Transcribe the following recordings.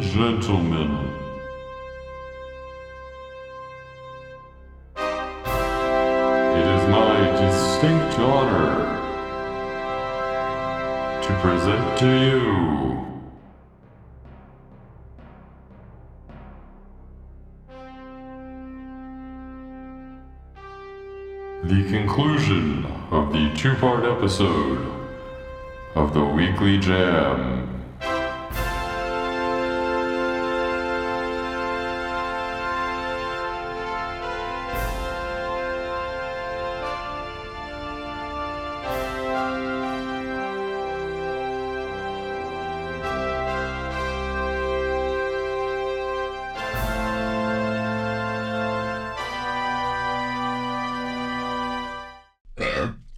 gentlemen, it is my distinct honor to present to you the conclusion of the two part episode of the Weekly Jam.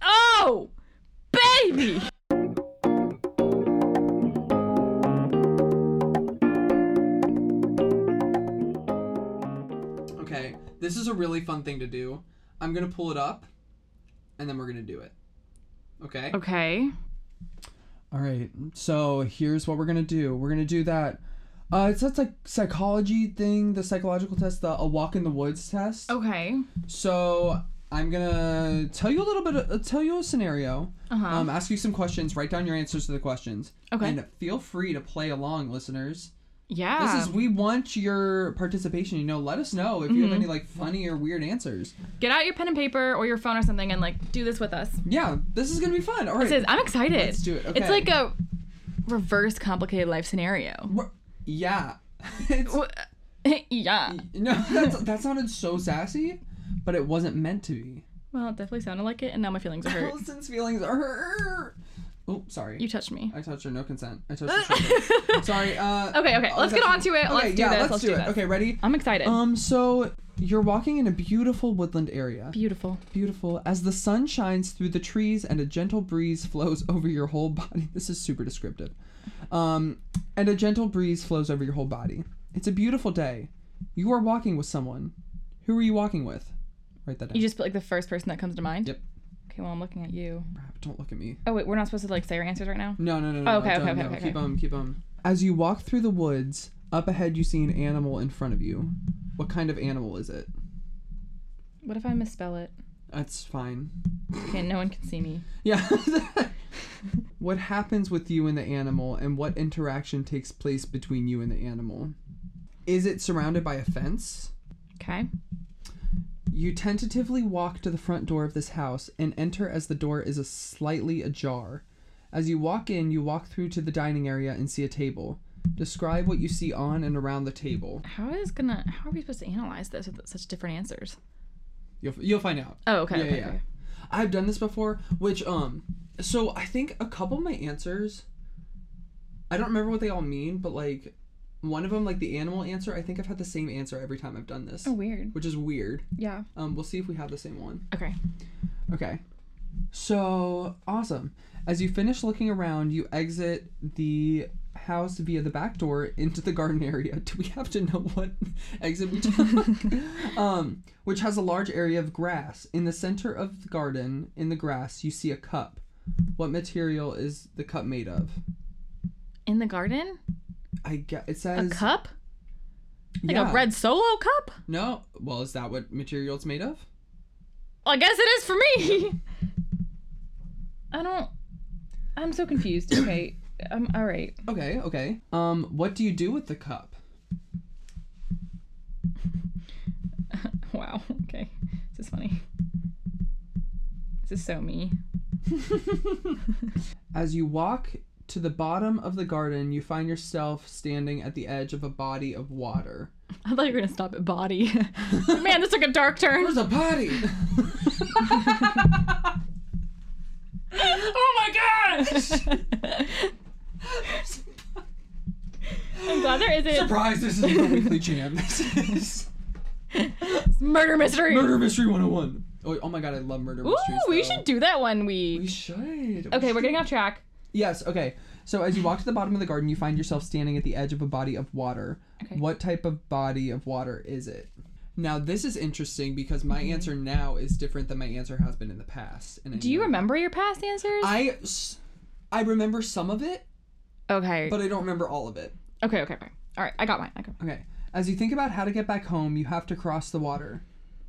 Oh, baby! Okay, this is a really fun thing to do. I'm gonna pull it up, and then we're gonna do it. Okay. Okay. All right. So here's what we're gonna do. We're gonna do that. Uh, it's that's like psychology thing, the psychological test, the a walk in the woods test. Okay. So I'm gonna tell you a little bit, uh, tell you a scenario, um, ask you some questions, write down your answers to the questions, Uh-huh. Okay. and feel free to play along, listeners. Yeah. This is we want your participation. You know, let us know if Mm-hmm. you have any like funny or weird answers. Get out your pen and paper or your phone or something and like do this with us. Yeah, this is gonna be fun. All right. This is I'm excited. Let's do it. Okay. It's like a reverse complicated life scenario. We're- yeah. It's- yeah. no, that's, that sounded so sassy, but it wasn't meant to be. Well, it definitely sounded like it, and now my feelings are hurt. Allison's feelings are hurt. Oh, sorry. You touched me. I touched her. No consent. I touched her. shoulder. Sorry. Uh, Okay, okay, oh, let's is get that- on to it. Okay, Let's do yeah, this, Let's, let's do, do it. this. Okay, ready? I'm excited. Um, so you're walking in a beautiful woodland area. Beautiful. beautiful as the sun shines through the trees and a gentle breeze flows over your whole body. This is super descriptive. Um, and a gentle breeze flows over your whole body. It's a beautiful day. You are walking with someone. Who are you walking with? Write that down. You just put like the first person that comes to mind. Yep. Okay, well I'm looking at you. Crap, Don't look at me. Oh wait, we're not supposed to like say our answers right now. No, no, no, no. Okay, no, okay, don't, okay, no. okay, Keep okay. on, keep on. As you walk through the woods, up ahead you see an animal in front of you. What kind of animal is it? What if I misspell it? That's fine. Okay, no one can see me. Yeah. what happens with you and the animal, and what interaction takes place between you and the animal? Is it surrounded by a fence? Okay. You tentatively walk to the front door of this house and enter as the door is a slightly ajar. As you walk in, you walk through to the dining area and see a table. Describe what you see on and around the table. How is gonna? How are we supposed to analyze this with such different answers? You'll, you'll find out. Oh, okay. Yeah, okay, yeah. okay. I've done this before, which um so I think a couple of my answers I don't remember what they all mean, but like one of them like the animal answer, I think I've had the same answer every time I've done this, Oh, weird. which is weird. Yeah. Um we'll see if we have the same one. Okay. Okay. So, awesome. As you finish looking around, you exit the house via the back door into the garden area. Do we have to know what exit we took? um, which has a large area of grass. In the center of the garden, in the grass, you see a cup. What material is the cup made of? In the garden, I guess it a says cup, like yeah. a red solo cup. No, well, is that what material it's made of? Well, I guess it is for me. I don't. I'm so confused. Okay. I'm all right. Okay, okay. Um, what do you do with the cup? Wow. Okay. This is funny. This is so me. As you walk to the bottom of the garden, you find yourself standing at the edge of a body of water. I thought you were gonna stop at body. Man, this took a dark turn. There's a body! oh my gosh! I'm glad there isn't Surprise, this isn't the weekly jam. This is murder mystery. Murder Mystery 101. Oh, oh my god, I love murder Ooh, mysteries. we though. should do that one week. We should. We okay, we're should. getting off track. Yes, okay. So as you walk to the bottom of the garden, you find yourself standing at the edge of a body of water. Okay. What type of body of water is it? Now, this is interesting because my answer now is different than my answer has been in the past. And I Mm-hmm. Do you know- remember your past answers? I s- I remember some of it, okay. but I don't remember all of it. okay, okay, okay. All right, I got mine. I got mine. Okay. As you think about how to get back home, you have to cross the water.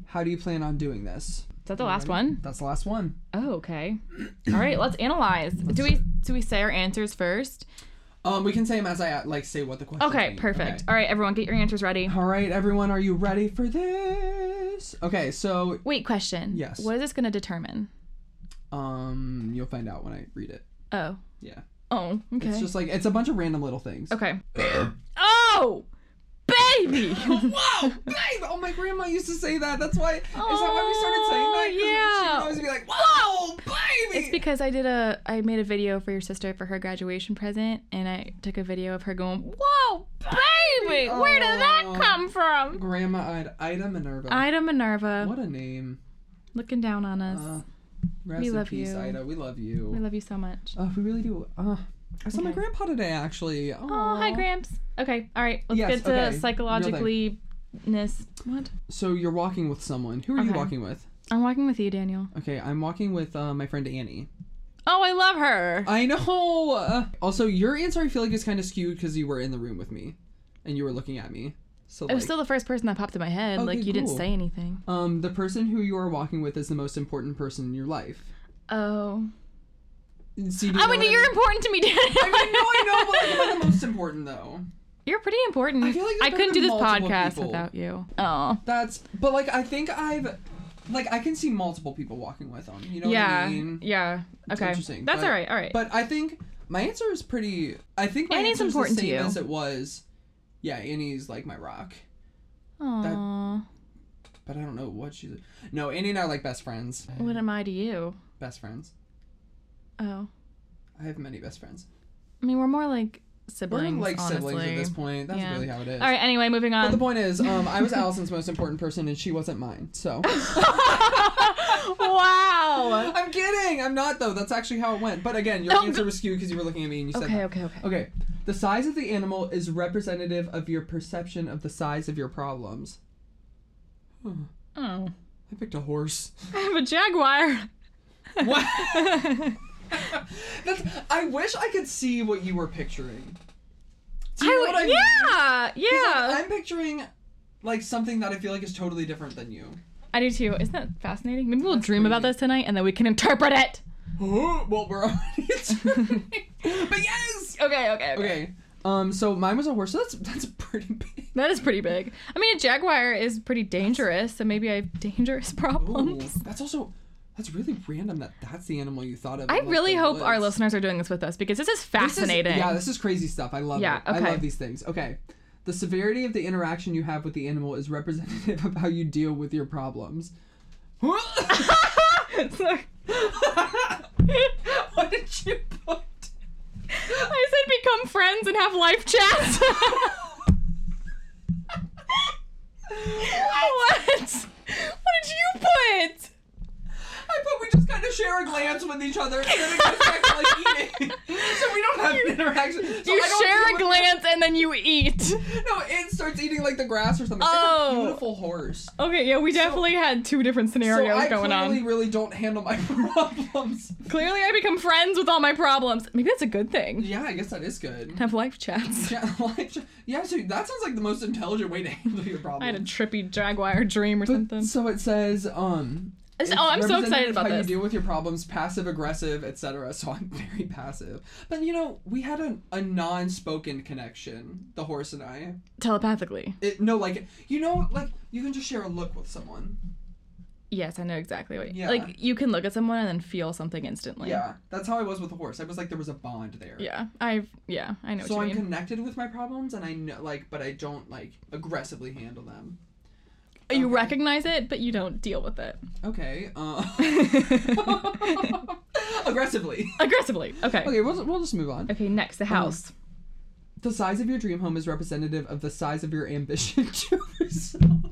How do you plan on doing Is this? that the last one? That's the last one. Oh, okay. All right, let's analyze. do we do we say our answers first? Um, we can say them as I uh, like say what the question. Okay, is. perfect. All right, everyone, get your answers ready. All right, everyone, are you ready for this? Okay, so Wait, question. Yes. What is this going to determine? um, you'll find out when I read it. Oh. Yeah, Oh. Okay. it's just like it's a bunch of random little things. okay. oh, baby. Whoa, babe! Oh, my grandma used to say that. That's why. Is that why we started saying that? 'Cause Oh, She would always be like, "Whoa, baby!" It's because I did a I made a video for your sister for her graduation present, and I took a video of her going, "Whoa, baby! Where did that Aw. come from?" grandma Ida, Ida Minerva. Ida Minerva what a name. looking down on us. Uh, rest We in love peace, you. Ida. We love you. we love you so much. Oh, we really do. Uh, I saw my Okay. grandpa today, actually. Oh, Oh, hi, Gramps. Okay, all right. Let's Yes, get to okay, real thing. psychologically-ness. What? So you're walking with someone. Who are you Okay. walking with? I'm walking with you, Daniel. Okay, I'm walking with uh, my friend Annie. Oh, I love her. I know. Uh, also, your answer I feel like is kind of skewed because you were in the room with me, and you were looking at me. So it was like, still the first person that popped in my head. Okay, like you didn't cool. say anything. um, the person who you are walking with is the most important person in your life. Oh. See, do you I know mean, what you're mean? important to me, Daniel. I mean, no, I know, but like, am I the most important though? You're pretty important. I, I feel like there's couldn't do been this multiple podcast people. without you. Oh. That's, but like, I think I've, like, I can see multiple people walking with them. You know yeah. what I mean? Yeah. It's Okay. interesting, That's but- all right. All right. But I think my answer is pretty. I think my Annie's answer is important the to same you. as it was. Yeah, Annie's like my rock, Aw. but I don't know what she's. No, Annie and I are like best friends. What am I to you? Best friends. Oh. I have many best friends. I mean, we're more like siblings. We're like honestly. siblings at this point. That's Yeah. really how it is. All right. Anyway, moving But the on. point is, um, I was Allison's most important person, and she wasn't mine. So wow. I'm kidding. I'm not though. That's actually how it went. But again, your Oh, answer was skewed because you were looking at me and you said Okay. that. Okay. Okay. Okay. The size of the animal is representative of your perception of the size of your problems. Oh. I picked a horse. I have a jaguar. What? That's, I wish I could see what you were picturing. Do you know I what I would- mean? yeah, Like, yeah. I'm picturing like something that I feel like is totally different than you. I do too. Isn't that fascinating? Maybe we'll dream about this tonight and then we can interpret it. well, we're already. but yes. Okay, okay, okay. Okay. Um. So mine was a horse. So that's that's pretty big. That is pretty big. I mean, a jaguar is pretty dangerous, so maybe I have dangerous Ooh, problems. that's also that's really random that that's the animal you thought of. I in, like, really the hope our woods. listeners are doing this with us because this is This is- fascinating. yeah, this is crazy stuff. I love Yeah, it. okay. I love these things. Okay. The severity of the interaction you have with the animal is representative of how you deal with your problems. what Sorry. did you put? I said become friends and have life chats. what? What did you put? I put we just kind of share a glance with each other and then it goes back to like eating. so we don't have an interaction. So You Oh, I don't share deal a with- glance and then you eat. No, it starts eating like the grass or something. It's Oh. a beautiful horse. Okay, yeah, we definitely had two different So scenarios I going clearly on. really don't handle my problems. Clearly, I become friends with all my problems. Maybe that's a good thing. Yeah, I guess that is good. Have life chats. Yeah, like, yeah. So that sounds like the most intelligent way to handle your problem. I had a trippy jaguar dream or something. so it says, um. It's- it's oh, I'm so representative excited of about how this. you deal with your problems, passive aggressive, etc. So I'm very passive. But you know, we had a, a non-spoken connection, the horse and I. Telepathically. It, no, like you know, like you can just share a look with someone. Yes, I know exactly what. Yeah. Like you can look at someone and then feel something instantly. Yeah, that's how I was with the horse. I was like, there was a bond there. Yeah. I've. Yeah. I know what So you I'm mean. connected with my problems, and I know, like, but I don't like aggressively handle them. You okay. recognize it, but you don't deal with it Okay. Uh, aggressively. aggressively. Okay. Okay. Okay, we'll, we'll just move on. next, the house. The size of your dream home is representative of the size of your ambition to resolve.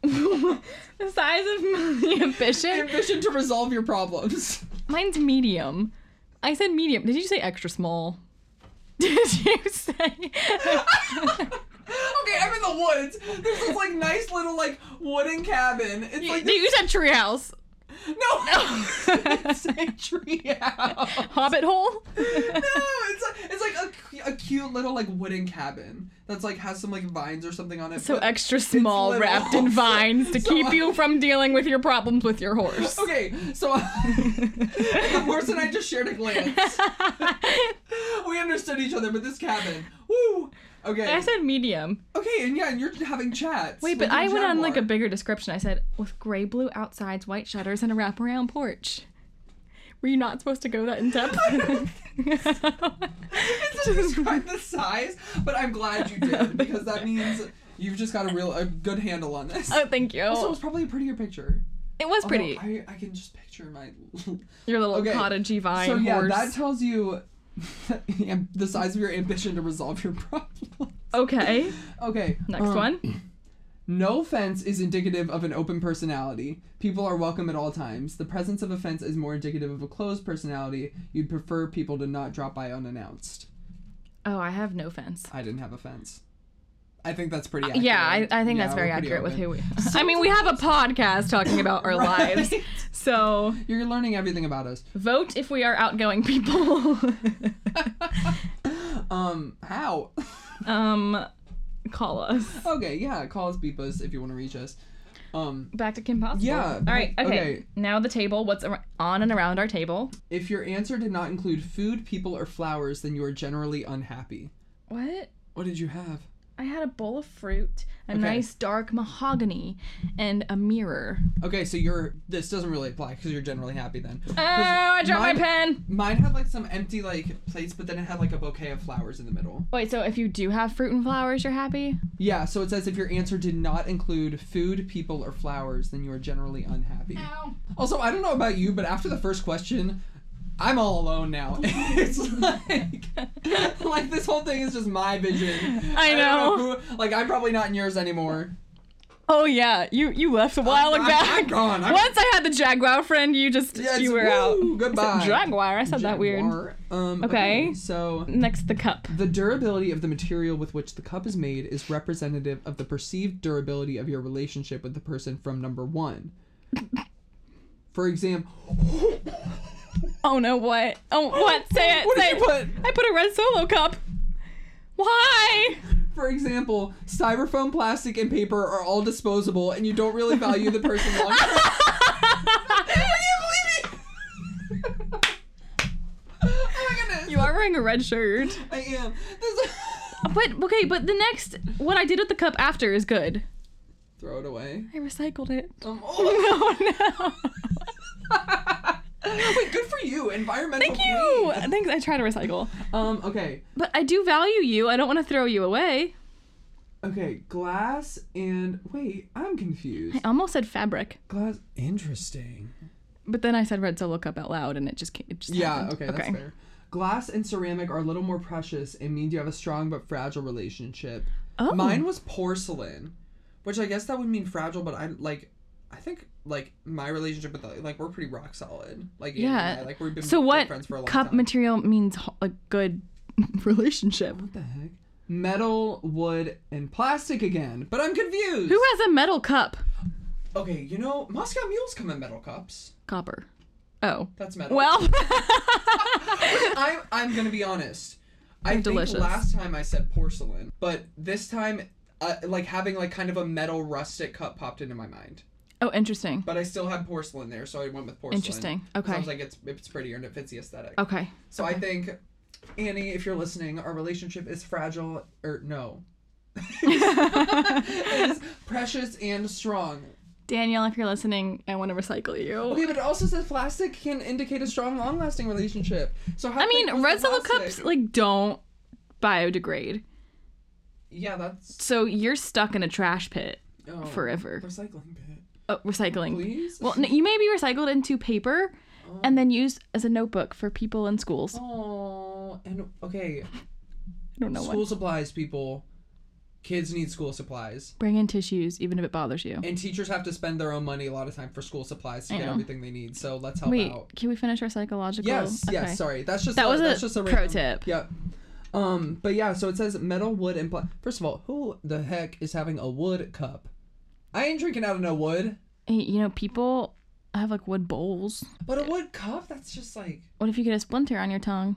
the size of my ambition. ambition to resolve your problems. Mine's medium. I said medium. Did you say extra small? Did you say? okay, I'm in the woods. There's this like nice little like wooden cabin. It's like you said treehouse. no, it's a tree house. Hobbit hole? No, it's like, it's like a, cu- a cute little like wooden cabin that's like has some like vines or something on it. So but- extra small, little. wrapped in vines to So keep I- you from dealing with your problems with your horse. okay, so the horse and I just shared a glance. we understood each other, but this cabin, woo. Okay. I said medium. Okay, and yeah, and you're having chats. Wait, with but I your went on like a jaguar. bigger description. I said with gray blue outsides, white shutters, and a wraparound porch. Were you not supposed to go that in depth? It doesn't describe the size, but I'm glad you did because that means you've just got a real a good handle on this. oh, thank you. also, it's probably a prettier picture. it was Although pretty. I, I can just picture my. your little okay, cottagey vine so yeah, horse. that tells you the size of your ambition to resolve your problem. okay, Okay. next um, one. No fence is indicative of an open personality. People are welcome at all times. The presence of a fence is more indicative of a closed personality. You'd prefer people to not drop by unannounced. Oh, I have no fence. I didn't have a fence. I think that's pretty Uh, accurate. Yeah, I, I think Yeah, that's very we're pretty accurate with open. who we. I mean, we have a podcast talking about our Right. lives, so You're learning everything about us. vote if we are outgoing people. Um, how? um, call us. okay, yeah, call us, beep us if you want to reach us. Um, Back to Kim Possible. Yeah, All right. back- Okay. okay. Now the table. What's ar- on and around our table? if your answer did not include food, people, or flowers, then you are generally unhappy. What? What did you have? I had a bowl of fruit, a Okay. nice dark mahogany, and a mirror. Okay, so you're this doesn't really apply because you're generally happy then. Oh, I dropped my mine- pen. Mine had like some empty like plates, but then it had like a bouquet of flowers in the middle. Wait. So if you do have fruit and flowers, you're happy. Yeah, so it says if your answer did not include food, people, or flowers, then you are generally unhappy. Ow. Also, I don't know about you, but after the first question, I'm all alone now. it's like, like this whole thing is just my vision. I don't know. who- like I'm probably not in yours anymore. Oh yeah. You you left a while I'm- ago. I'm gone. I'm- Once I had the jaguar friend, you just Yeah, it's- you were woo, out. goodbye. Jaguar. I said that weird. Jaguar. Um, Okay. okay. So Next, the cup. The durability of the material with which the cup is made is representative of the perceived durability of your relationship with the person from number one. For example, Oh no! What? Oh what? Say it. What say did you it. I put a red solo cup. Why? for example, styrofoam, plastic, and paper are all disposable, and you don't really value the person long term. oh my goodness! You are wearing a red shirt. I am. This- But okay, but the next what I did with the cup after is good. Throw it away. I recycled it. Um, oh. Oh no. Wait, good for you, environmental. Thank you. queen. Thanks. I try to recycle. Um. Okay. But I do value you. I don't want to throw you away. Okay, glass and wait, I'm confused. I almost said fabric, Glass. Interesting. but then I said red solo cup out loud, and it just ca- it just Yeah. happened. Okay, that's fair. Glass and ceramic are a little more precious and means you have a strong but fragile relationship. Oh. Mine was porcelain, which I guess that would mean fragile, but I like. I think like my relationship with the, like we're pretty rock solid. Like Andy and Yeah. I, like we've been So good what friends for a long cup time. material means ho- a good relationship? what the heck? Metal, wood, and plastic again. But I'm confused. Who has a metal cup? okay, you know Moscow mules come in metal cups. Copper. Oh. That's metal. Well. I'm I'm gonna be honest. I think delicious. last time I said porcelain, but this time, uh, like having like kind of a metal rustic cup popped into my mind. oh, interesting. But I still had porcelain there, so I went with porcelain. Interesting. Okay. Sounds like it's it's prettier and it fits the aesthetic. Okay. So I think, Annie, if you're listening, our relationship is fragile or no. it is precious and strong. Danielle, if you're listening, I want to recycle you. Okay, but it also says plastic can indicate a strong, long-lasting relationship. So how I thick was mean, the red solo plastic? cups like don't biodegrade, Yeah, that's so you're stuck in a trash pit oh. forever. Recycling pit. Oh, recycling. Please? Well, no, you may be recycled into paper, and then used as a notebook for people in schools. I Oh, and okay. don't know school what. supplies, people. Kids need school supplies. Bring in tissues, even if it bothers you. And teachers have to spend their own money a lot of time for school supplies to I get know. everything they need. So let's help Wait, out. can we finish our psychological? Yes, Okay. yes. Sorry, that's just That a, was a that's just a pro random- tip. Yep. Um, but yeah, so it says metal, wood, and pla- first of all, who the heck is having a wood cup? I ain't drinking out of no wood, Hey, you know, people have like wood bowls. but a wood cup. That's just like What if you get a splinter on your tongue?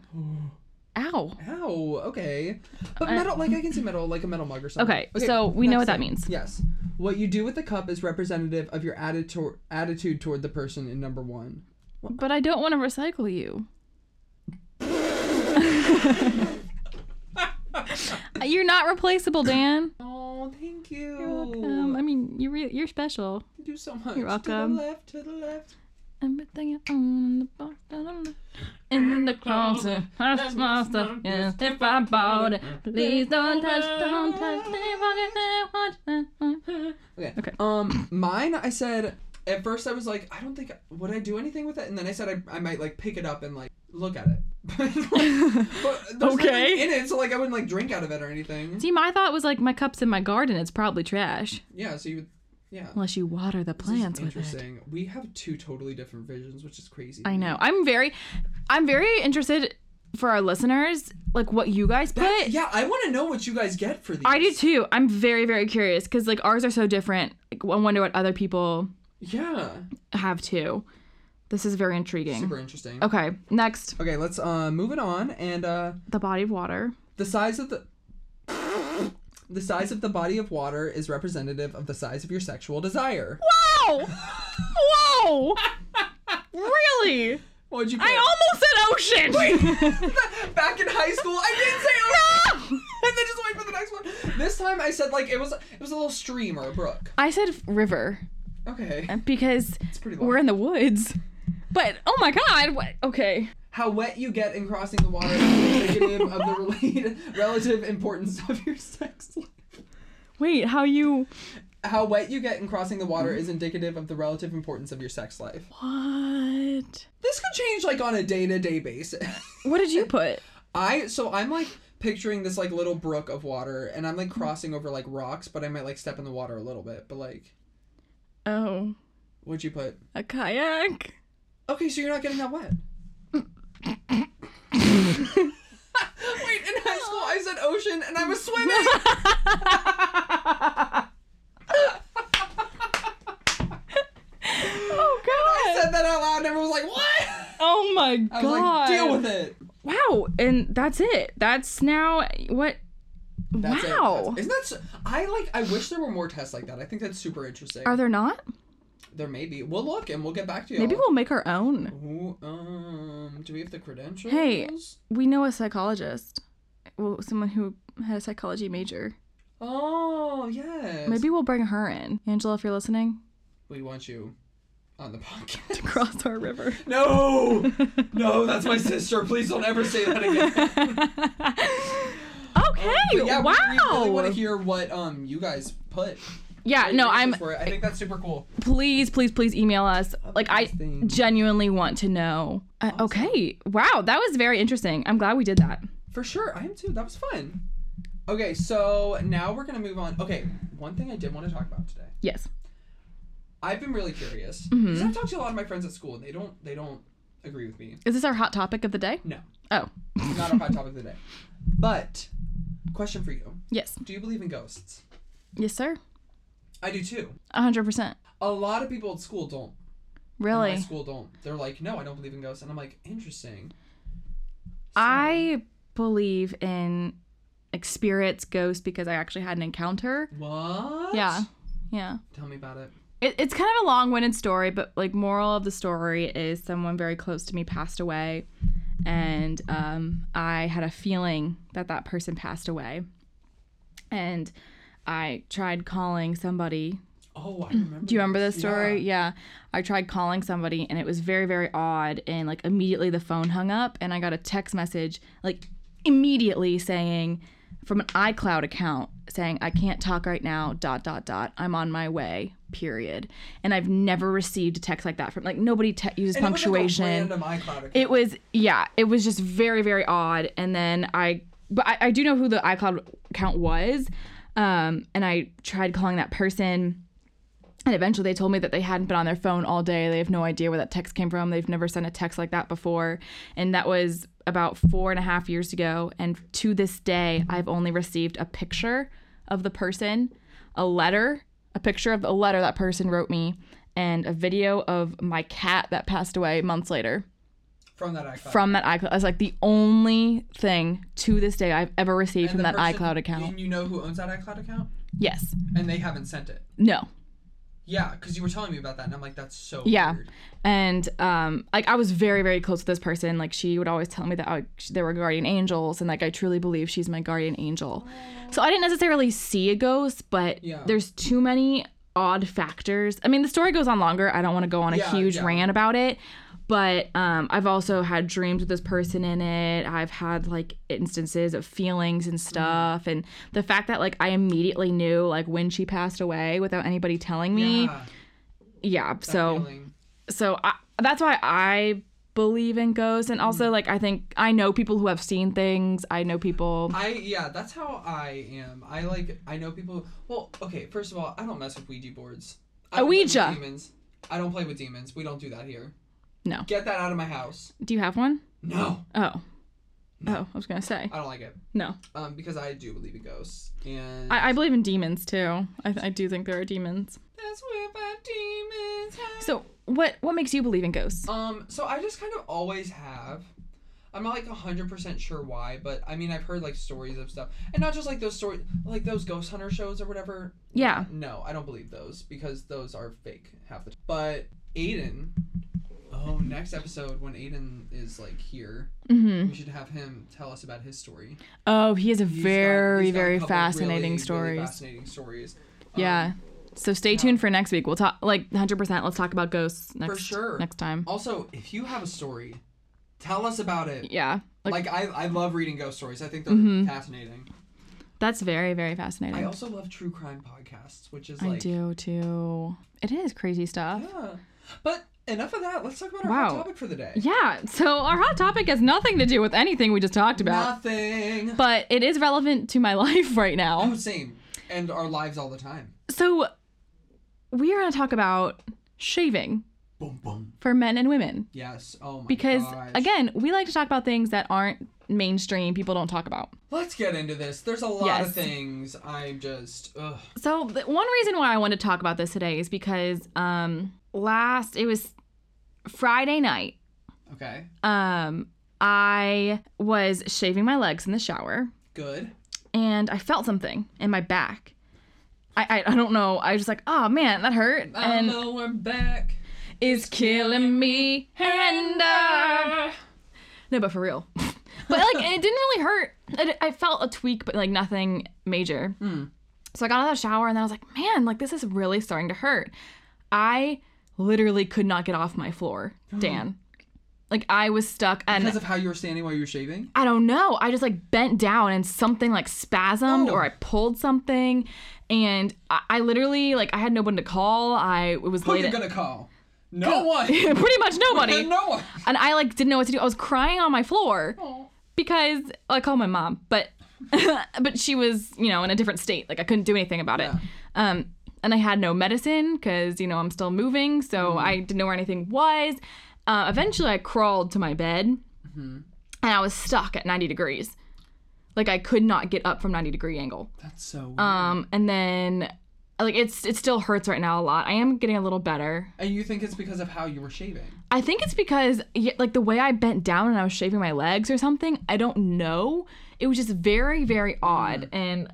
Ow. Ow. Okay. But I- metal, like I can see metal, like a metal mug or something. Uh, Okay, so we know next what that thing. means. Yes. What you do with the cup is representative of your attitude attitude toward the person in number one. But I don't want to recycle you. You're not replaceable, Dan. Oh, thank you. You're welcome. I mean, you're re- you're special. Thank you so much. You're welcome. To the left. To the left. Everything I own in the box, da, da, da. in the closet. That's my stuff. Yes, if I bought it, please don't touch, don't touch. They fucking say what- Okay. Okay. Um, mine. I said at first I was like, I don't think would I do anything with it, and then I said I, I might like pick it up and like look at it. but there's nothing Okay. In it, so like I wouldn't like drink out of it or anything. See, my thought was like my cup's in my garden. It's probably trash Yeah. So you would. Yeah. unless you water the This is plants with it. Interesting. We have two totally different visions, which is crazy. to I me. know. I'm very, I'm very interested for our listeners, like what you guys put. That- yeah, I want to know what you guys get for these. I do too. I'm very, very curious because like ours are so different. Like, I wonder what other people Yeah. have too. This is very intriguing. Super interesting. Okay, Mm. Okay, next, let's uh move it on and uh the body of water. the size of the the size of the body of water is representative of the size of your sexual desire. Wow! Whoa! really? What? would you put? almost said ocean. Back in high school, I did say ocean. and then just wait for the next one. This time I said like it was it was a little stream or a brook. I said river Okay. because It's pretty long. we're in the woods. But oh my god! What? Okay. How wet you get in crossing the water is indicative of the related, relative importance of your sex life. Wait, how you? How wet you get in crossing the water is indicative of the relative importance of your sex life. What? This could change like on a day to day basis. What did you put? I so I'm like picturing this like little brook of water and I'm like crossing over like rocks, but I might like step in the water a little bit. But like Oh, what'd you put? a kayak. Okay, so you're not getting that wet. Wait, in high school I said ocean and I was swimming. Oh I god. said that out loud and everyone was like, What? oh my god. I was like, deal with it. Wow, and that's it. That's now what? That's it. wow. That's- Isn't that so, I like I wish there were more tests like that. I think that's super interesting. Are there not? there may be. We'll look and we'll get back to you. Maybe we'll make our own. Who, um, do we have the credentials? Hey. We know a psychologist. Well, someone who had a psychology major. Oh, yes. Maybe we'll bring her in. Angela, if you're listening, we want you on the podcast. cross our river. no, no, that's my sister. Please don't ever say that again. okay. Oh, But yeah, we- wow. We really want to hear what um you guys put. yeah. No, I'm. For it. I think that's super cool. please, please, please email us. Like I Interesting. genuinely want to know. Uh, Okay. Wow, that was very interesting. I'm glad we did that. For sure, I am too. That was fun. Okay, so now we're gonna move on. Okay, one thing I did want to talk about today. Yes. I've been really curious Mm-hmm. because I've talked to a lot of my friends at school, and they don't they don't agree with me. Is this our hot topic of the day? No, Oh, not our hot topic of the day. But question for you: yes. Do you believe in ghosts? Yes, sir. I do too. 100%. A lot of people at school don't. My Really? school don't. They're like, no, I don't believe in ghosts, and I'm like, interesting. I believe in like spirits, ghosts because I actually had an encounter. What? Yeah. Yeah. Tell me about it. It, it's kind of a long-winded story, but like moral of the story is someone very close to me passed away, and um, I had a feeling that that person passed away, and I tried calling somebody. Oh, I remember. Do you remember this Yeah. story? Yeah. I tried calling somebody, and it was very very odd, and like immediately the phone hung up, and I got a text message like immediately saying from an iCloud account saying, I can't talk right now, dot, dot, dot. I'm on my way, period. And I've never received a text like that from, like, nobody te- uses And it was, like, a punctuation. random iCloud account. it was, yeah, it was just very, very odd. And then I, but I, I do know who the iCloud account was. Um, and I tried calling that person. And eventually they told me that they hadn't been on their phone all day. They have no idea where that text came from. They've never sent a text like that before. And that was about four and a half years ago. And to this day, I've only received a picture of the person, a letter, a picture of the letter that person wrote me, and a video of my cat that passed away months later. from that iCloud. from that iCloud. That's like the only thing to this day I've ever received And from the that person- iCloud account. And you know who owns that iCloud account? Yes. And they haven't sent it. No. Yeah, because you were telling me about that, and I'm like, that's so Yeah. weird. And um, like I was very, very close to this person. Like she would always tell me that I, sh- there were guardian angels, and like I truly believe she's my guardian angel. So I didn't necessarily see a ghost, but Yeah. there's too many odd factors. I mean, the story goes on longer. I don't want to go on a Yeah, huge yeah. rant about it, but um, I've also had dreams with this person in it. I've had like instances of feelings Mm-hmm. and stuff, and the fact that like I immediately knew like when she passed away without anybody telling me. Yeah. Yeah, that so feeling. so I, that's why I believe in ghosts and also like I think I know people who have seen things. I know people. I yeah, that's how I am. I like I know people. Well, okay, first of all, I don't mess with Ouija boards. I A don't play with Ouija. Demons. I don't play with demons. We don't do that here. No. Get that out of my house. Do you have one? No, Oh. Oh, I was going to say. I don't like it. No. Um, because I do believe in ghosts, and I, I believe in demons too. I, I do think there are demons. that's where my demons. Have. So, what what makes you believe in ghosts? Um, so I just kind of always have. I'm not like hundred percent sure why, but I mean I've heard like stories of stuff, and not just like those stories, like those ghost hunter shows or whatever. Yeah. No, I don't believe those because those are fake half the time. But Aiden, oh, next episode when Aiden is like here, Mhm. we should have him tell us about his story. Oh, he has a He's got- very he's got a very couple fascinating really, really stories. fascinating stories. Um, yeah. So stay tuned for next week. We'll talk like 100% let's talk about ghosts next sure. next time. Also, if you have a story, tell us about it. Yeah. Like, Mm-hmm. Like, I, I love reading ghost stories. I think they're fascinating. that's very very fascinating. I also love true crime podcasts, which is I like do too. It is crazy stuff. Yeah. But enough of that. Let's talk about our hot Wow. topic for the day. Yeah. So our hot topic has nothing to do with anything we just talked about, Nothing. but it is relevant to my life right oh, now. same. And our lives all the time. So we are going to talk about shaving Boom boom. for men and women Yes. Oh my because gosh. again, we like to talk about things that aren't mainstream, people don't talk about. let's get into this. There's a lot of Yes. things. I'm just ugh. So the one reason why I wanted to talk about this today is because um last it was Friday night. Okay. Um I was shaving my legs in the shower. Good. and I felt something in my back. I, I, I don't know. I was just like, oh man, that hurt. and know I'm back. is killing me. And uh, no, but for real. but like, it didn't really hurt. I, I felt a tweak, but like nothing major. So I got out of the shower and then I was like, man, like this is really starting to hurt. I literally could not get off my floor, Dan. Like I was stuck and Because of how you were standing while you were shaving? I don't know. I just like bent down and something like spasmed Oh. or I pulled something. And I, I literally like I had no one to call. I it was Who are late. you at- gonna call? No one. pretty much nobody. no one. And I like didn't know what to do. I was crying on my floor because I called my mom, but but she was you know in a different state. Like I couldn't do anything about Yeah. it. Um, and I had no medicine because you know I'm still moving, so I didn't know where anything was. Uh, eventually, I crawled to my bed, and I was stuck at 90 degrees. Like I could not get up from 90 degree angle. That's so weird. Um, and then like it's it still hurts right now a lot. I am getting a little better. and you think it's because of how you were shaving? I think it's because y- like the way I bent down and I was shaving my legs or something. I don't know. It was just very very odd and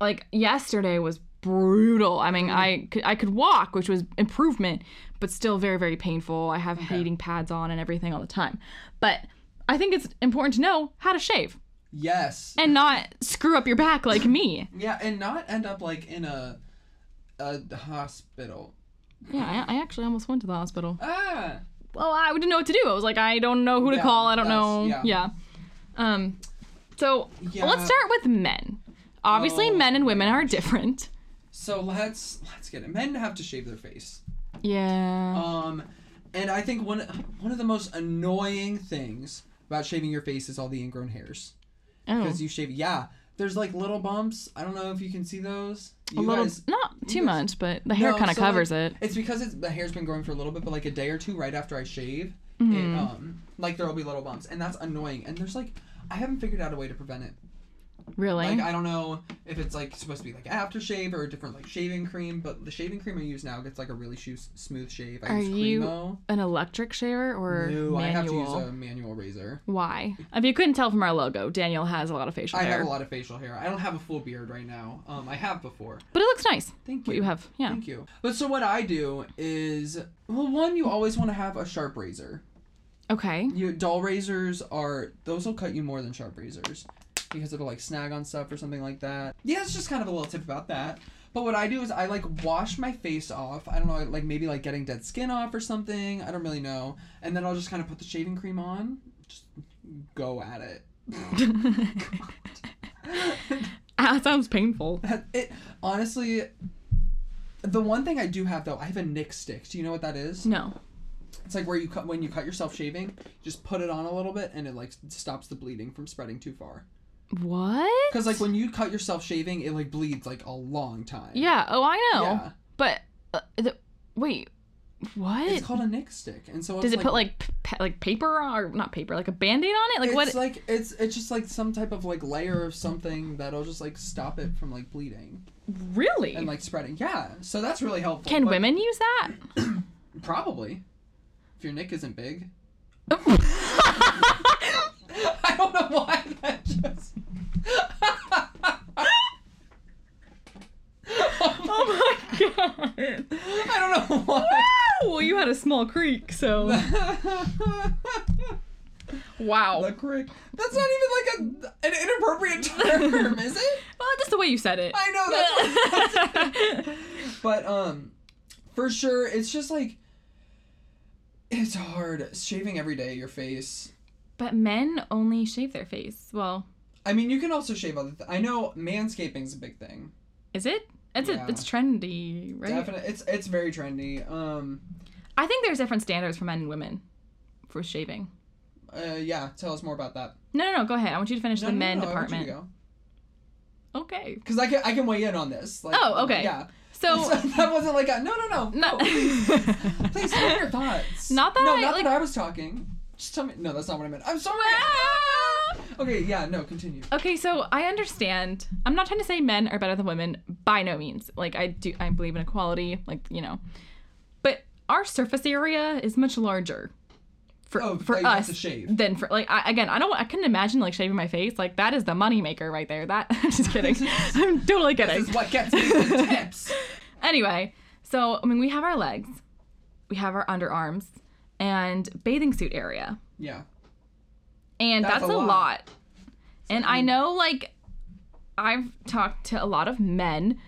like yesterday was brutal. I mean, I could, I could walk, which was improvement, but still very very painful. I have heating pads on and everything all the time. But I think it's important to know how to shave Yes. and not screw up your back like me. Yeah, and not end up like in a a hospital. Yeah, I, I actually almost went to the hospital. Ah. well, I didn't know what to do. I was like, I don't know who to Yeah, call. I don't that's- know. yeah. Yeah. Um. So Yeah. let's start with men. Obviously, Oh, men and women are different. So let's let's get it. Men have to shave their face. Yeah. Um, and I think one one of the most annoying things about shaving your face is all the ingrown hairs oh, because you shave. Yeah, there's like little bumps. I don't know if you can see those. You a little, guys- not too guys- much, but the hair No, kind of so, like, covers it. It's because it's, the hair's been growing for a little bit, but like a day or two right after I shave, Mm-hmm. it, um, like there'll be little bumps, and that's annoying. And there's like, I haven't figured out a way to prevent it. Really? Like I don't know if it's like supposed to be like aftershave or a different like shaving cream, but the shaving cream I use now gets like a really shoo- smooth shave. I Are use you Cremo. an electric shaver or No, manual? I have to use a manual razor. Why? If you couldn't tell from our logo, Daniel has a lot of facial I hair. have a lot of facial hair. I don't have a full beard right now. Um, I have before. But it looks nice. Thank What you. you have. Yeah. Thank you. But so what I do is, well, one, you always want to have a sharp razor. Okay. You dull razors are those will cut you more than sharp razors because it'll like snag on stuff or something like that. Yeah, it's just kind of a little tip about that. But what I do is I like wash my face off. I don't know, like maybe like getting dead skin off or something. I don't really know. And then I'll just kind of put the shaving cream on. Just go at it. Ah, that sounds painful. It honestly the one thing I do have though, I have a nick stick. Do you know what that is? No. It's like where you cut when you cut yourself shaving, just put it on a little bit and it like stops the bleeding from spreading too far. What? Because like when you cut yourself shaving, it like bleeds like a long time. Yeah. Oh, I know. Yeah. But uh, the, wait, what? It's called a nick stick, and so Does it's it put like p- pa- like paper or not paper, like a band-aid on it? Like what? it's like it's it's just like some type of like layer of something that'll just like stop it from like bleeding really? and like spreading. Yeah, so that's really helpful. Can but women use that? probably if your nick isn't big? Oh. I don't know why that just. oh my god. I don't know why. Well, you had a small creek, so wow. the crick. That's not even like a an inappropriate term, is it? Well, just the way you said it. I know that's. What But um, for sure, it's just like it's hard shaving every day your face. but men only shave their face. Well, I mean, you can also shave other. Th- I know manscaping's a big thing. is it? It's Yeah. a, it's trendy, right? Definitely, it's it's very trendy. Um, I think there's different standards for men and women for shaving. uh, yeah. Tell us more about that. No, no, no. Go ahead. I want you to finish the men department. Okay. Because I can I can weigh in on this. Like, Oh, okay. Yeah. So, that wasn't like a no no no. not, no, please tell me your thoughts. Not that No, I, not like- that I was talking. Just tell me. No, that's not what I meant. I'm sorry. Okay. Yeah. No. Continue. Ah! okay, so I understand. I'm not trying to say men are better than women by no means. Like I do, I believe in equality. Like you know, but our surface area is much larger for Oh, for that you have us to shave. than for like I, again. I don't. I couldn't imagine like shaving my face. Like that is the moneymaker right there. That I'm just kidding. I'm totally kidding. This is what gets me the tips. Anyway, so I mean, we have our legs, we have our underarms, and bathing suit area, Yeah. and That's that's, a a lot. lot. And I know, like, I've talked to a lot of men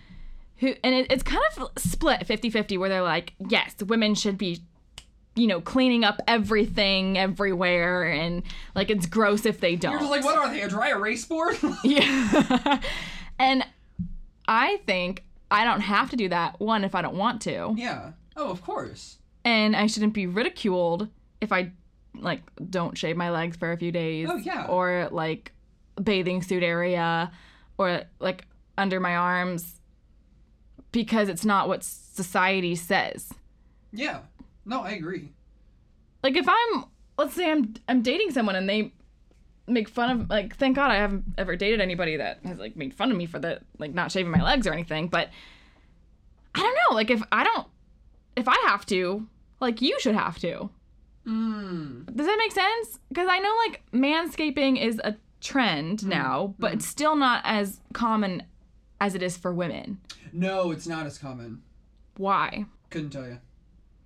who, and it, it's kind of split 50 50 where they're like, yes, women should be. You know, cleaning up everything everywhere, and like it's gross if they don't. You're just like, what are they? A dry erase board? yeah. and I think I don't have to do that. One, if I don't want to. yeah. Oh, of course. and I shouldn't be ridiculed if I like don't shave my legs for a few days. Oh, yeah. Or like bathing suit area or like under my arms because it's not what society says. Yeah. No, I agree. Like if I'm let's say I'm I'm dating someone and they make fun of like thank god I haven't ever dated anybody that has like made fun of me for the like not shaving my legs or anything, but I don't know, like if I don't if I have to, like you should have to. Mm. Does that make sense? Because I know like manscaping is a trend Mm-hmm. now, but it's still not as common as it is for women. No, it's not as common. Why? Couldn't tell you.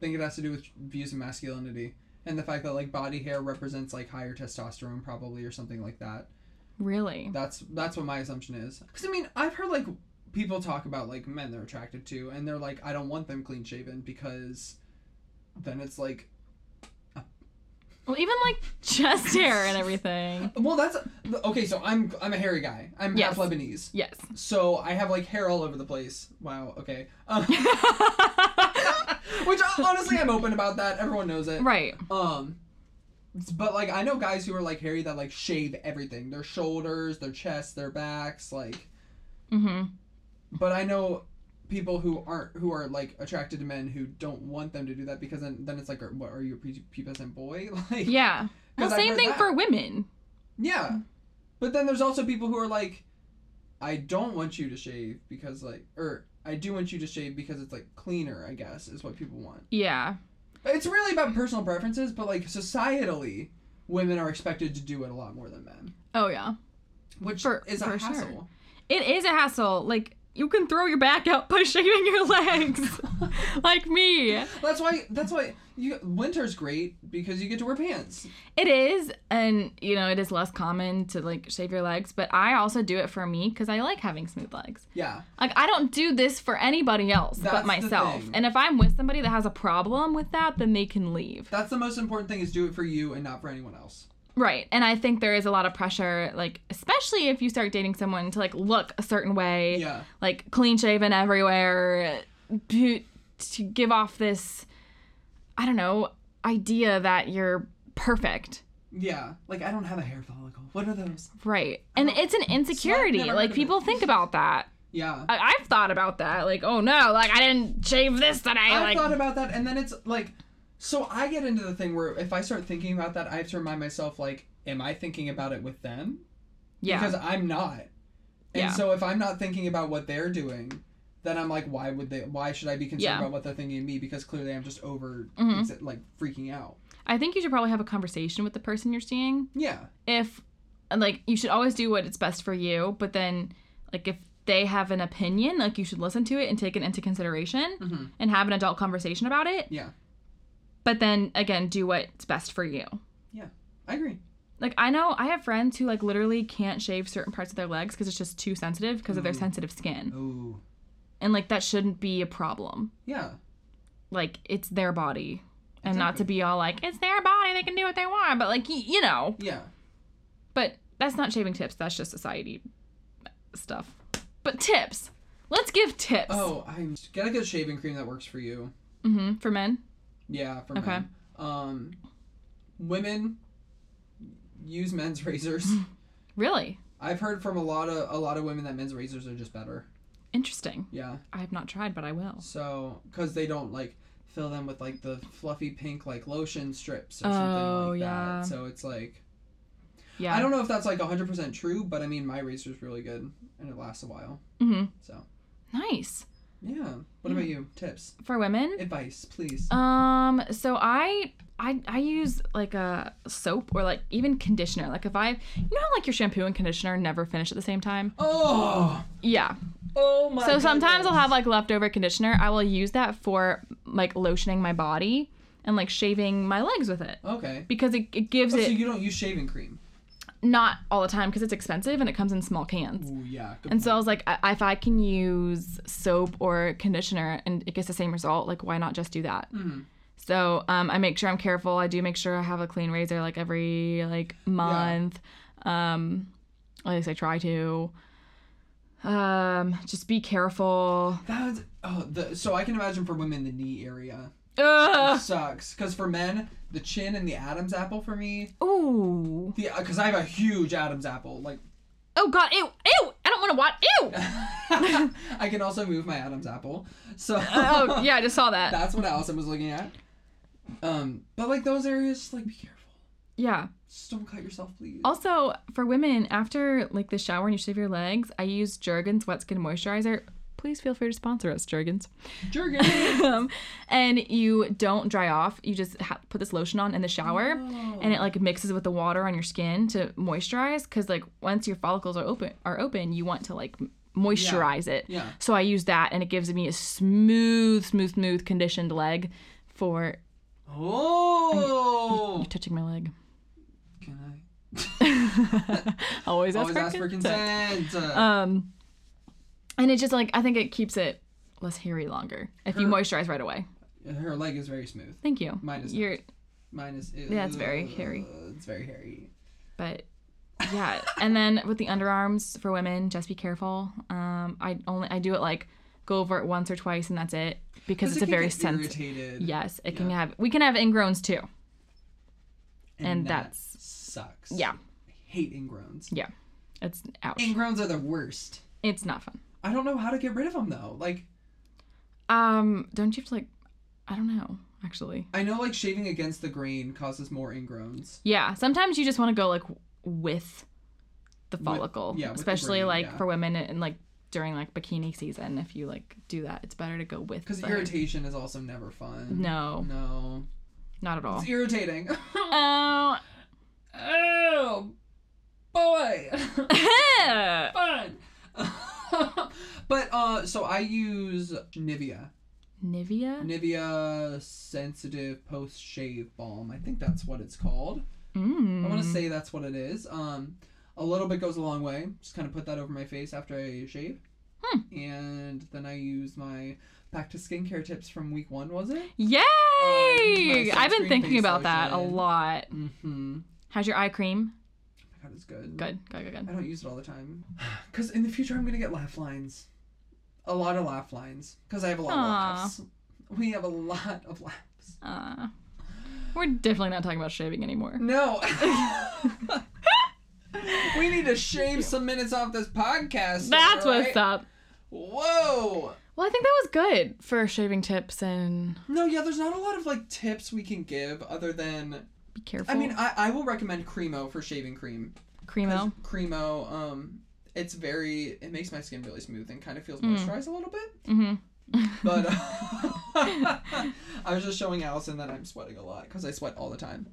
think it has to do with views of masculinity and the fact that like body hair represents like higher testosterone probably or something like that. Really? That's that's what my assumption is. Because I mean, I've heard like people talk about like men they're attracted to, and they're like, I don't want them clean shaven because then it's like, Well, even like chest hair and everything. well, that's okay. So I'm I'm a hairy guy. I'm Yes. half Lebanese, Yes. so I have like hair all over the place. Wow. Okay. Um, which honestly, I'm open about that. Everyone knows it. right. Um, but like I know guys who are like hairy that like shave everything: their shoulders, their chest, their backs, like. Mm-hmm. But I know people who aren't who are like attracted to men who don't want them to do that because then, then it's like, are, what are you a pre- pubescent boy? Like, Yeah. Well, I've same heard thing that. for women. yeah. But then there's also people who are like, I don't want you to shave because like or I do want you to shave because it's like cleaner, I guess, is what people want. Yeah. It's really about personal preferences, but like societally, women are expected to do it a lot more than men, Oh yeah. which For- is a for sure. hassle. It is a hassle. Like you can throw your back out by shaving your legs, like me. That's why that's why you winter's great because you get to wear pants. It is, and you know, it is less common to like shave your legs, but I also do it for me because I like having smooth legs. Yeah. Like I don't do this for anybody else That's but the myself. thing. And if I'm with somebody that has a problem with that, then they can leave. That's the most important thing is do it for you and not for anyone else. Right. And I think there is a lot of pressure, like especially if you start dating someone to like look a certain way, Yeah. like clean shaven everywhere, to, to give off this, I don't know, idea that you're perfect. Yeah. Like I don't have a hair follicle. What are those? Right. And it's an insecurity. never heard like of people think about that. Yeah. I, I've thought about that. Like, oh no, like I didn't shave this today. I like thought about that, and then it's like, so I get into the thing where if I start thinking about that, I have to remind myself, like, am I thinking about it with them? Yeah. Because I'm not. And Yeah. so if I'm not thinking about what they're doing, then I'm like, why would they? Why should I be concerned Yeah. Mm-hmm. about what they're thinking of me? Because clearly I'm just over, exa- like, freaking out. I think you should probably have a conversation with the person you're seeing. Yeah. If like you should always do what it's best for you, but then like if they have an opinion, like you should listen to it and take it into consideration Mhm. and have an adult conversation about it. Yeah. But then again, do what's best for you. I agree. Like I know I have friends who like literally can't shave certain parts of their legs because it's just too sensitive because of their Ooh. sensitive skin. Ooh. And like that shouldn't be a problem. Yeah. Like it's their body. And not to be all like, it's their body, they can do what they want. But like y- you know. Yeah. But that's not shaving tips. That's just society stuff. But tips. Let's give tips. Oh, I'm get a good shaving cream that works for you. hmm For men. Yeah, for Okay. men. Um, women use men's razors. Really? I've heard from a lot of a lot of women that men's razors are just better. Interesting. Yeah. I have not tried, but I will. So because they don't like fill them with like the fluffy pink like lotion strips or Oh, something like yeah. that. So it's like Yeah. I don't know if that's like 100% true, but I mean my razor's really good and it lasts a while. Mhm. So Nice. yeah. What about you? Tips, For women? advice, please. Mm. Um, so I I I use like a soap or like even conditioner. Like if I you know how like your shampoo and conditioner never finish at the same time? oh. Yeah. Oh my. So sometimes I'll have like leftover conditioner. I will use that for like lotioning my body and like shaving my legs with it. I'll. Okay. Because it, it gives Oh, it so you don't use shaving cream? not all the time because it's expensive and it comes in small cans. Ooh, yeah. Good And so I was like, I- if I can use soap or conditioner and it gets the same result, like why not just do that? Mhm. So um, I make sure I'm careful. I do make sure I have a clean razor like every like month. Um, at least I try to. Um, just be careful. That's oh, the, so I can imagine for women the knee area Ugh. sucks because for men the chin and the Adam's apple for me Ooh. the because I have a huge Adam's apple like Oh God. Ew. Ew. I don't want to watch. Ew. I can also move my Adam's apple so oh yeah, I just saw that. that's what Allison was looking at um but like those areas just, like be careful Yeah. just don't cut yourself please Also, for women, after like the shower and you shave your legs, I use Jergens Wet Skin Moisturizer. Please feel free to sponsor us, Jergens. Jergens Um, and you don't dry off. You just ha- put this lotion on in the shower, and it like mixes with the water on your skin to moisturize. Because like once your follicles are open, are open, you want to like m- moisturize it. yeah So I use that, and it gives me a smooth, smooth, smooth conditioned leg. For oh you touching my leg, can I always ask always for ask for consent. consent Uh, Um, and it just like I think it keeps it less hairy longer if you moisturize right away. her leg is very smooth Thank you. Mine is You're, mine is uh, Yeah, it's very hairy. it's very hairy but yeah. and then with the underarms for women, just be careful. Um, I only I do it like go over it once or twice and that's it because it's it a can very get sensitive. irritated Yes, it can have. We can have ingrowns too. and that that's- sucks. Yeah, I hate ingrowns. yeah. It's ouch. Ingrowns are the worst. It's not fun. I don't know how to get rid of them though. Like Um, don't you have to like? I don't know actually. I know like shaving against the grain causes more ingrowns. Yeah, sometimes you just want to go like with the follicle, yeah, with the especially brain, like yeah. for women and, like during like bikini season. If you like do that, it's better to go with. Because the- irritation is also never fun. No, No. not at all. It's irritating. Oh, oh, boy. fun. but uh, so I use Nivea. Nivea. Nivea Sensitive Post Shave Balm. I think that's what it's called. Mm. I want to say that's what it is. Um, a little bit goes a long way. Just kind of put that over my face after I shave. Hmm. And then I use my back to skincare tips from week one, was it? Yay! my I've been Oh, sunscreen thinking face about that a lotion. lot. Mm-hmm. How's your eye cream? God, it's good. Good, good, good, I good. don't use it all the time. Because in the future, I'm going to get laugh lines. A lot of laugh lines. Because I have a lot Aw. of laughs. We have a lot of laughs. Uh, we're definitely not talking about shaving anymore. No. we need to shave some minutes off this podcast. That's all what's right? up. Whoa. Well, I think that was good for shaving tips and No, yeah, there's not a lot of like tips we can give other than be careful. I mean, I, I will recommend Cremo for shaving cream. 'Cause Cremo. Cremo, um, it's very it makes my skin really smooth and kind of feels moisturized a little bit. Mm. Mm-hmm. But uh, I was just showing Allison that I'm sweating a lot because I sweat all the time.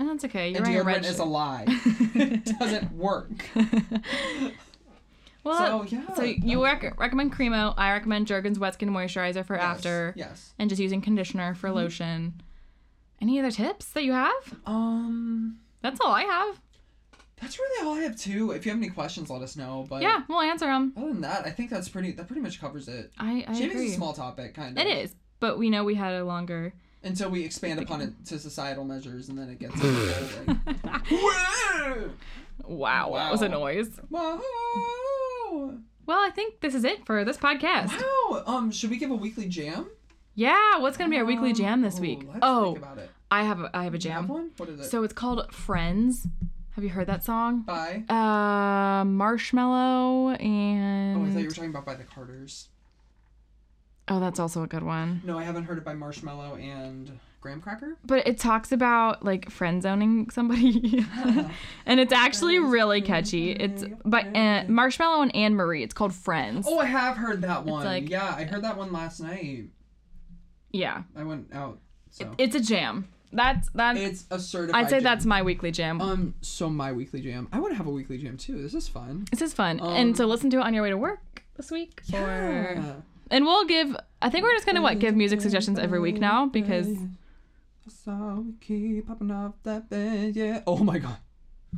Oh, That's okay. You're And wearing a deodorant red is shirt. a lie. it doesn't work. well, so, yeah. so you rec- recommend Cremo. I recommend Jergens Wet Skin Moisturizer for after, Yes. Mm-hmm. and just using conditioner for lotion. Any other tips that you have? Um. That's all I have. That's really all I have too. If you have any questions, let us know. But yeah, we'll answer them. other than that, I think that's pretty. That pretty much covers it. I, I Shaving's agree. a small topic, kind of. It is, but we know we had a longer. Until we expand upon it to societal measures, and then it gets. a little, like, "Whoa! Wow, that was a Wow. noise. Wow! Well, I think this is it for this podcast. Wow! Um, should we give a weekly jam? Yeah, what's gonna be our weekly Um, jam this ooh, week? let's Oh, think about it. I have a, I have a You have jam. one? What is it? So it's called Friends. Have you heard that song? by. Uh, Marshmallow and Oh, I thought you were talking about by the Carters. Oh, that's also a good one. No, I haven't heard it by Marshmallow and Graham Cracker. But it talks about like friend zoning somebody, Oh. and it's actually really catchy. It's by An- Marshmallow and Anne Marie. It's called Friends. Oh, I have heard that one. like- yeah, I heard that one last night. Yeah, I went out. So. it's a jam. That's that. It's a certified. I'd say jam. that's my weekly jam. um. So my weekly jam. I want to have a weekly jam too. This is fun. this is fun, um, and so listen to it on your way to work this week. Or Yeah. and we'll give. I think we're just gonna what give music suggestions every week now because So we keep popping off that bed, yeah. Oh my god.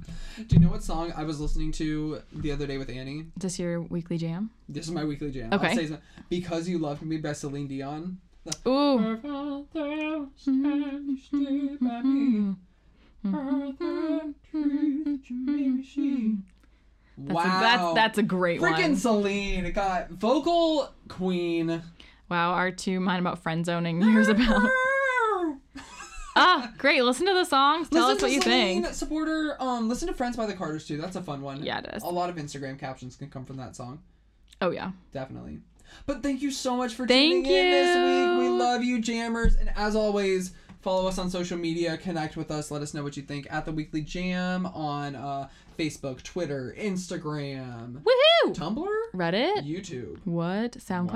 Do you know what song I was listening to the other day with Annie? just your weekly jam. This is my weekly jam. Okay. I'll say something. Because you loved me by Celine Dion. Ooh. Hmm. Hmm. Wow. That's that's a great freaking one. Celine. It got vocal queen. Wow, our two mind about friend zoning years about. Ah, great. Listen to the songs. Tell Listen us what to you Celine think. Supporter. Um, listen to Friends by the Carters too. That's a fun one. Yeah, it is. A lot of Instagram captions can come from that song. Oh yeah. Definitely. But thank you so much for Thank tuning in this week. We you. love you, jammers. And as always, follow us on social media, connect with us, let us know what you think at the Weekly Jam on uh, Facebook, Twitter, Instagram, Woohoo! Tumblr, Reddit. YouTube. What? SoundCloud.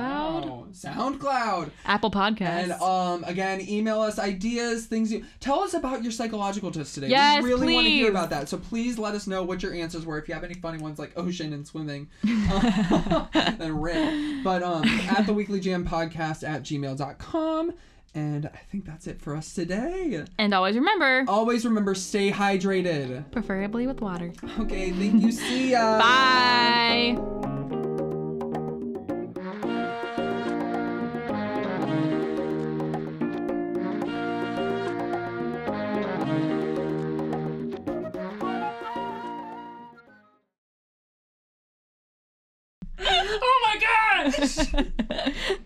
Wow. SoundCloud. Apple Podcasts. And um, again, email us ideas, things you tell us about your psychological test today. Yes, we really want to hear please. about that. So please let us know what your answers were. If you have any funny ones like ocean and swimming, then rip. But um, at the weekly jam podcast at gmail.com. And I think that's it for us today. and always remember, Always remember stay hydrated. preferably with water. Okay, thank you. See ya. Bye. Oh my god!